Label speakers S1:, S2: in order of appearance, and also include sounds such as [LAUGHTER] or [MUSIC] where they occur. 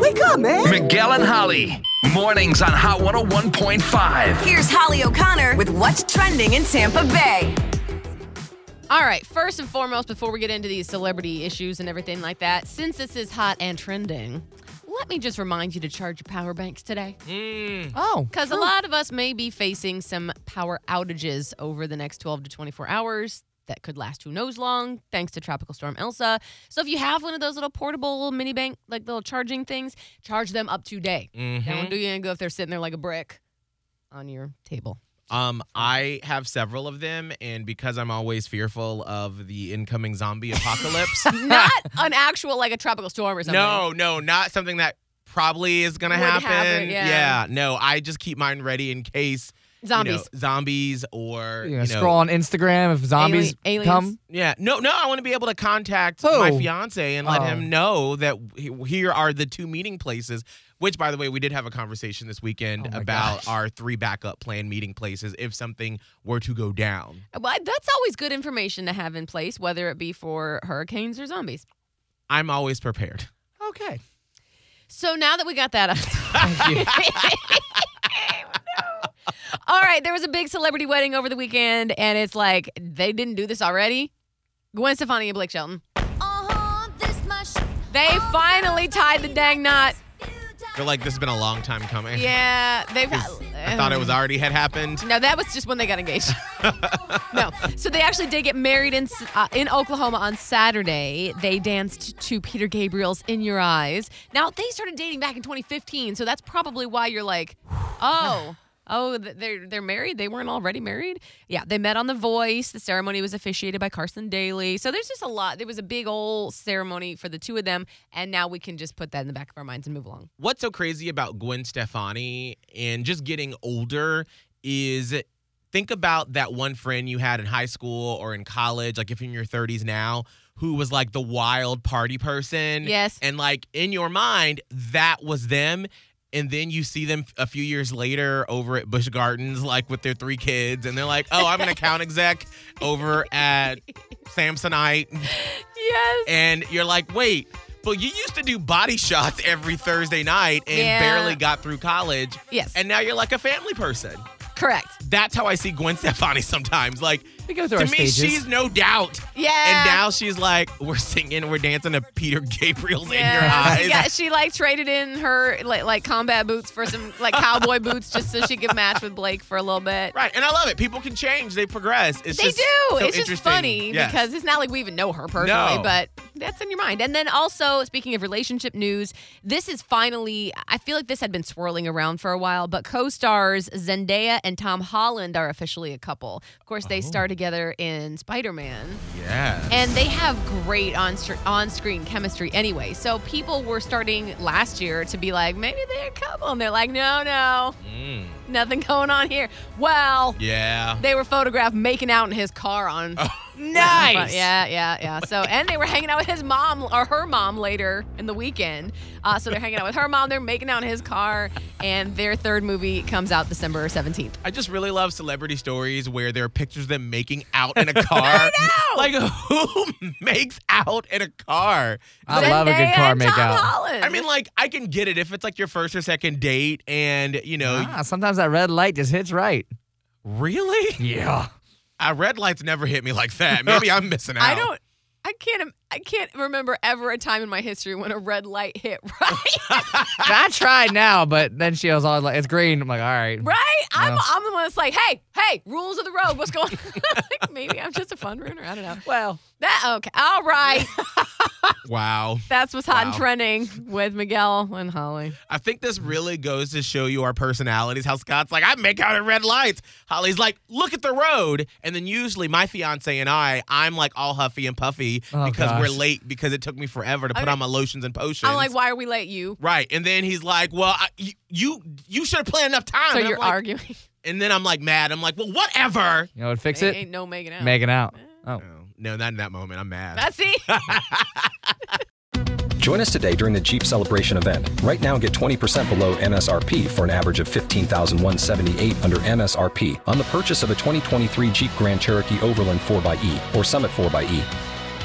S1: Wake up, man!
S2: Miguel and Holly. Mornings on Hot 101.5.
S1: Here's Holly O'Connor with what's trending in Tampa Bay.
S3: All right, first and foremost, before we get into these celebrity issues and everything like that, since this is hot and trending, let me just remind you to charge your power banks today.
S4: Oh,
S3: Because a lot of us may be facing some power outages over the next 12 to 24 hours that could last who knows long, thanks to Tropical Storm Elsa. So if you have one of those little portable mini bank, like little charging things, charge them up today.
S5: Mm-hmm.
S3: That won't do you any good if they're sitting there like a brick on your table.
S5: Um, I have several of them, and because I'm always fearful of the incoming zombie
S3: [LAUGHS]
S5: apocalypse.
S3: Not an actual, like a tropical storm or something.
S5: no, no, not something that probably is gonna
S3: Would
S5: happen.
S3: happen, yeah.
S5: no, I just keep mine ready in case you know,
S3: Zombies.
S5: zombies, or
S4: you're
S5: you
S4: gonna
S5: know,
S4: scroll on Instagram if zombies
S3: aliens.
S4: come.
S5: yeah, no, no, I want to be able to contact
S4: Who?
S5: my fiance and let
S4: Oh.
S5: him know that he- here are the two meeting places. Which, by the way, we did have a conversation this weekend
S4: Oh my
S5: about
S4: gosh.
S5: our three backup plan meeting places if something were to go down.
S3: Well, that's always good information to have in place, whether it be for hurricanes or zombies.
S5: I'm always prepared.
S4: Okay.
S3: So now that we got that out.
S4: Thank you.
S3: [LAUGHS] All right, there was a big celebrity wedding over the weekend, and it's like they didn't do this already. Gwen Stefani and Blake Shelton.
S6: Uh-huh, this my sh-
S3: They finally tied the dang knot.
S5: I feel like this has been a long time coming. [LAUGHS]
S3: Yeah, they've.
S5: I thought it was already had happened.
S3: No, that was just when they got engaged. [LAUGHS] no, so they actually did get married in uh, in Oklahoma on Saturday. They danced to Peter Gabriel's "In Your Eyes." Now they started dating back in 2015, so that's probably why you're like, oh. Oh, th- they're they're married. They weren't already married. Yeah, they met on The Voice. The ceremony was officiated by Carson Daly. So there's just a lot. There was a big old ceremony for the two of them, and now we can just put that in the back of our minds and move along.
S5: What's so crazy about Gwen Stefani and just getting older is think about that one friend you had in high school or in college, like if you're in your 30s now, who was like the wild party person.
S3: Yes.
S5: And like in your mind, that was them. And then you see them a few years later over at Busch Gardens, like with their three kids, and they're like, oh, I'm an account exec over at Samsonite.
S3: Yes.
S5: and you're like, wait, but you used to do body shots every Thursday night and
S3: Yeah.
S5: barely got through college.
S3: Yes.
S5: And now you're like a family person.
S3: Correct.
S5: That's how I see Gwen [LAUGHS] Stefani sometimes. Like,
S4: We go through
S5: to
S4: our
S5: me,
S4: stages.
S5: she's no doubt.
S3: Yeah.
S5: And now she's like, we're singing, we're dancing to Peter Gabriel's
S3: Yeah,
S5: in
S3: she
S5: your
S3: got-
S5: eyes.
S3: she like traded in her like, like combat boots for some like cowboy boots just so she could match with Blake for a little bit.
S5: Right. And I love it. People can change, they progress. It's
S3: They
S5: just
S3: do.
S5: so
S3: it's just
S5: interesting.
S3: funny
S5: Yes.
S3: because it's not like we even know her personally,
S5: No.
S3: but that's in your mind. And then also, speaking of relationship news, this is finally, I feel like this had been swirling around for a while, but co stars Zendaya and Tom Holland are officially a couple. Of course,
S5: Oh.
S3: they star together in Spider Man.
S5: Yeah.
S3: And they have great on on screen chemistry anyway. So people were starting last year to be like, maybe they're a couple. And they're like, no, no,
S5: Mm.
S3: nothing going on here. Well,
S5: Yeah.
S3: they were photographed making out in his car on.
S4: Oh,
S3: [LAUGHS]
S5: Nice.
S3: Yeah, yeah, yeah. So, and they were hanging out with his mom or her mom later in the weekend. Uh, so they're hanging out with her mom. They're making out in his car. And their third movie comes out December 17th.
S5: I just really love celebrity stories where there are pictures of them making out in a car. I know. Like who [LAUGHS] makes out in a car?
S4: I love a good
S3: Zendaya
S4: car
S3: and Tom
S4: makeout.
S3: Holland.
S5: I mean, like I can get it if it's like your first or second date, and you know,
S4: Ah, sometimes that red light just hits right.
S5: really,
S4: Yeah.
S5: uh, red lights never hit me like that. Maybe I'm missing out.
S3: I don't. I can't. im- I can't remember ever a time in my history when a red light hit. [LAUGHS] Right.
S4: [LAUGHS] I tried now, but then she was always like, it's green. I'm like, all right.
S3: right. I'm.
S4: No.
S3: I'm the one that's like, hey, hey, rules of the road. What's going? [LAUGHS] on? Like, Maybe I'm just a fun ruiner. I don't know.
S4: Well,
S3: That okay. All
S5: [LAUGHS]
S3: right.
S5: Wow.
S3: That's what's hot and
S5: Wow.
S3: trending with Miguel and Holly.
S5: I think this really goes to show you our personalities. How Scott's like, I make out at red lights. Holly's like, look at the road. And then usually my fiance and I, I'm like all huffy and puffy
S4: Oh,
S5: because we're
S4: gosh.
S5: late because it took me forever to put
S3: Okay.
S5: on my lotions and potions.
S3: I'm like, why are we late? You.
S5: Right, and then he's like, "Well, I, you you, you should have planned enough time."
S3: So
S5: and, I'm
S3: you're
S5: like-
S3: arguing.
S5: and then I'm like mad. I'm like, "Well, whatever."
S4: You know what fix
S3: Ain't,
S4: it?
S3: ain't no making out.
S4: Making out. Oh.
S5: No, no, not in that moment. I'm mad.
S3: That's it.
S7: Join us today during the Jeep Celebration event. Right now, get 20% below MSRP for an average of 15178 under MSRP on the purchase of a 2023 Jeep Grand Cherokee Overland 4xE or Summit 4xE.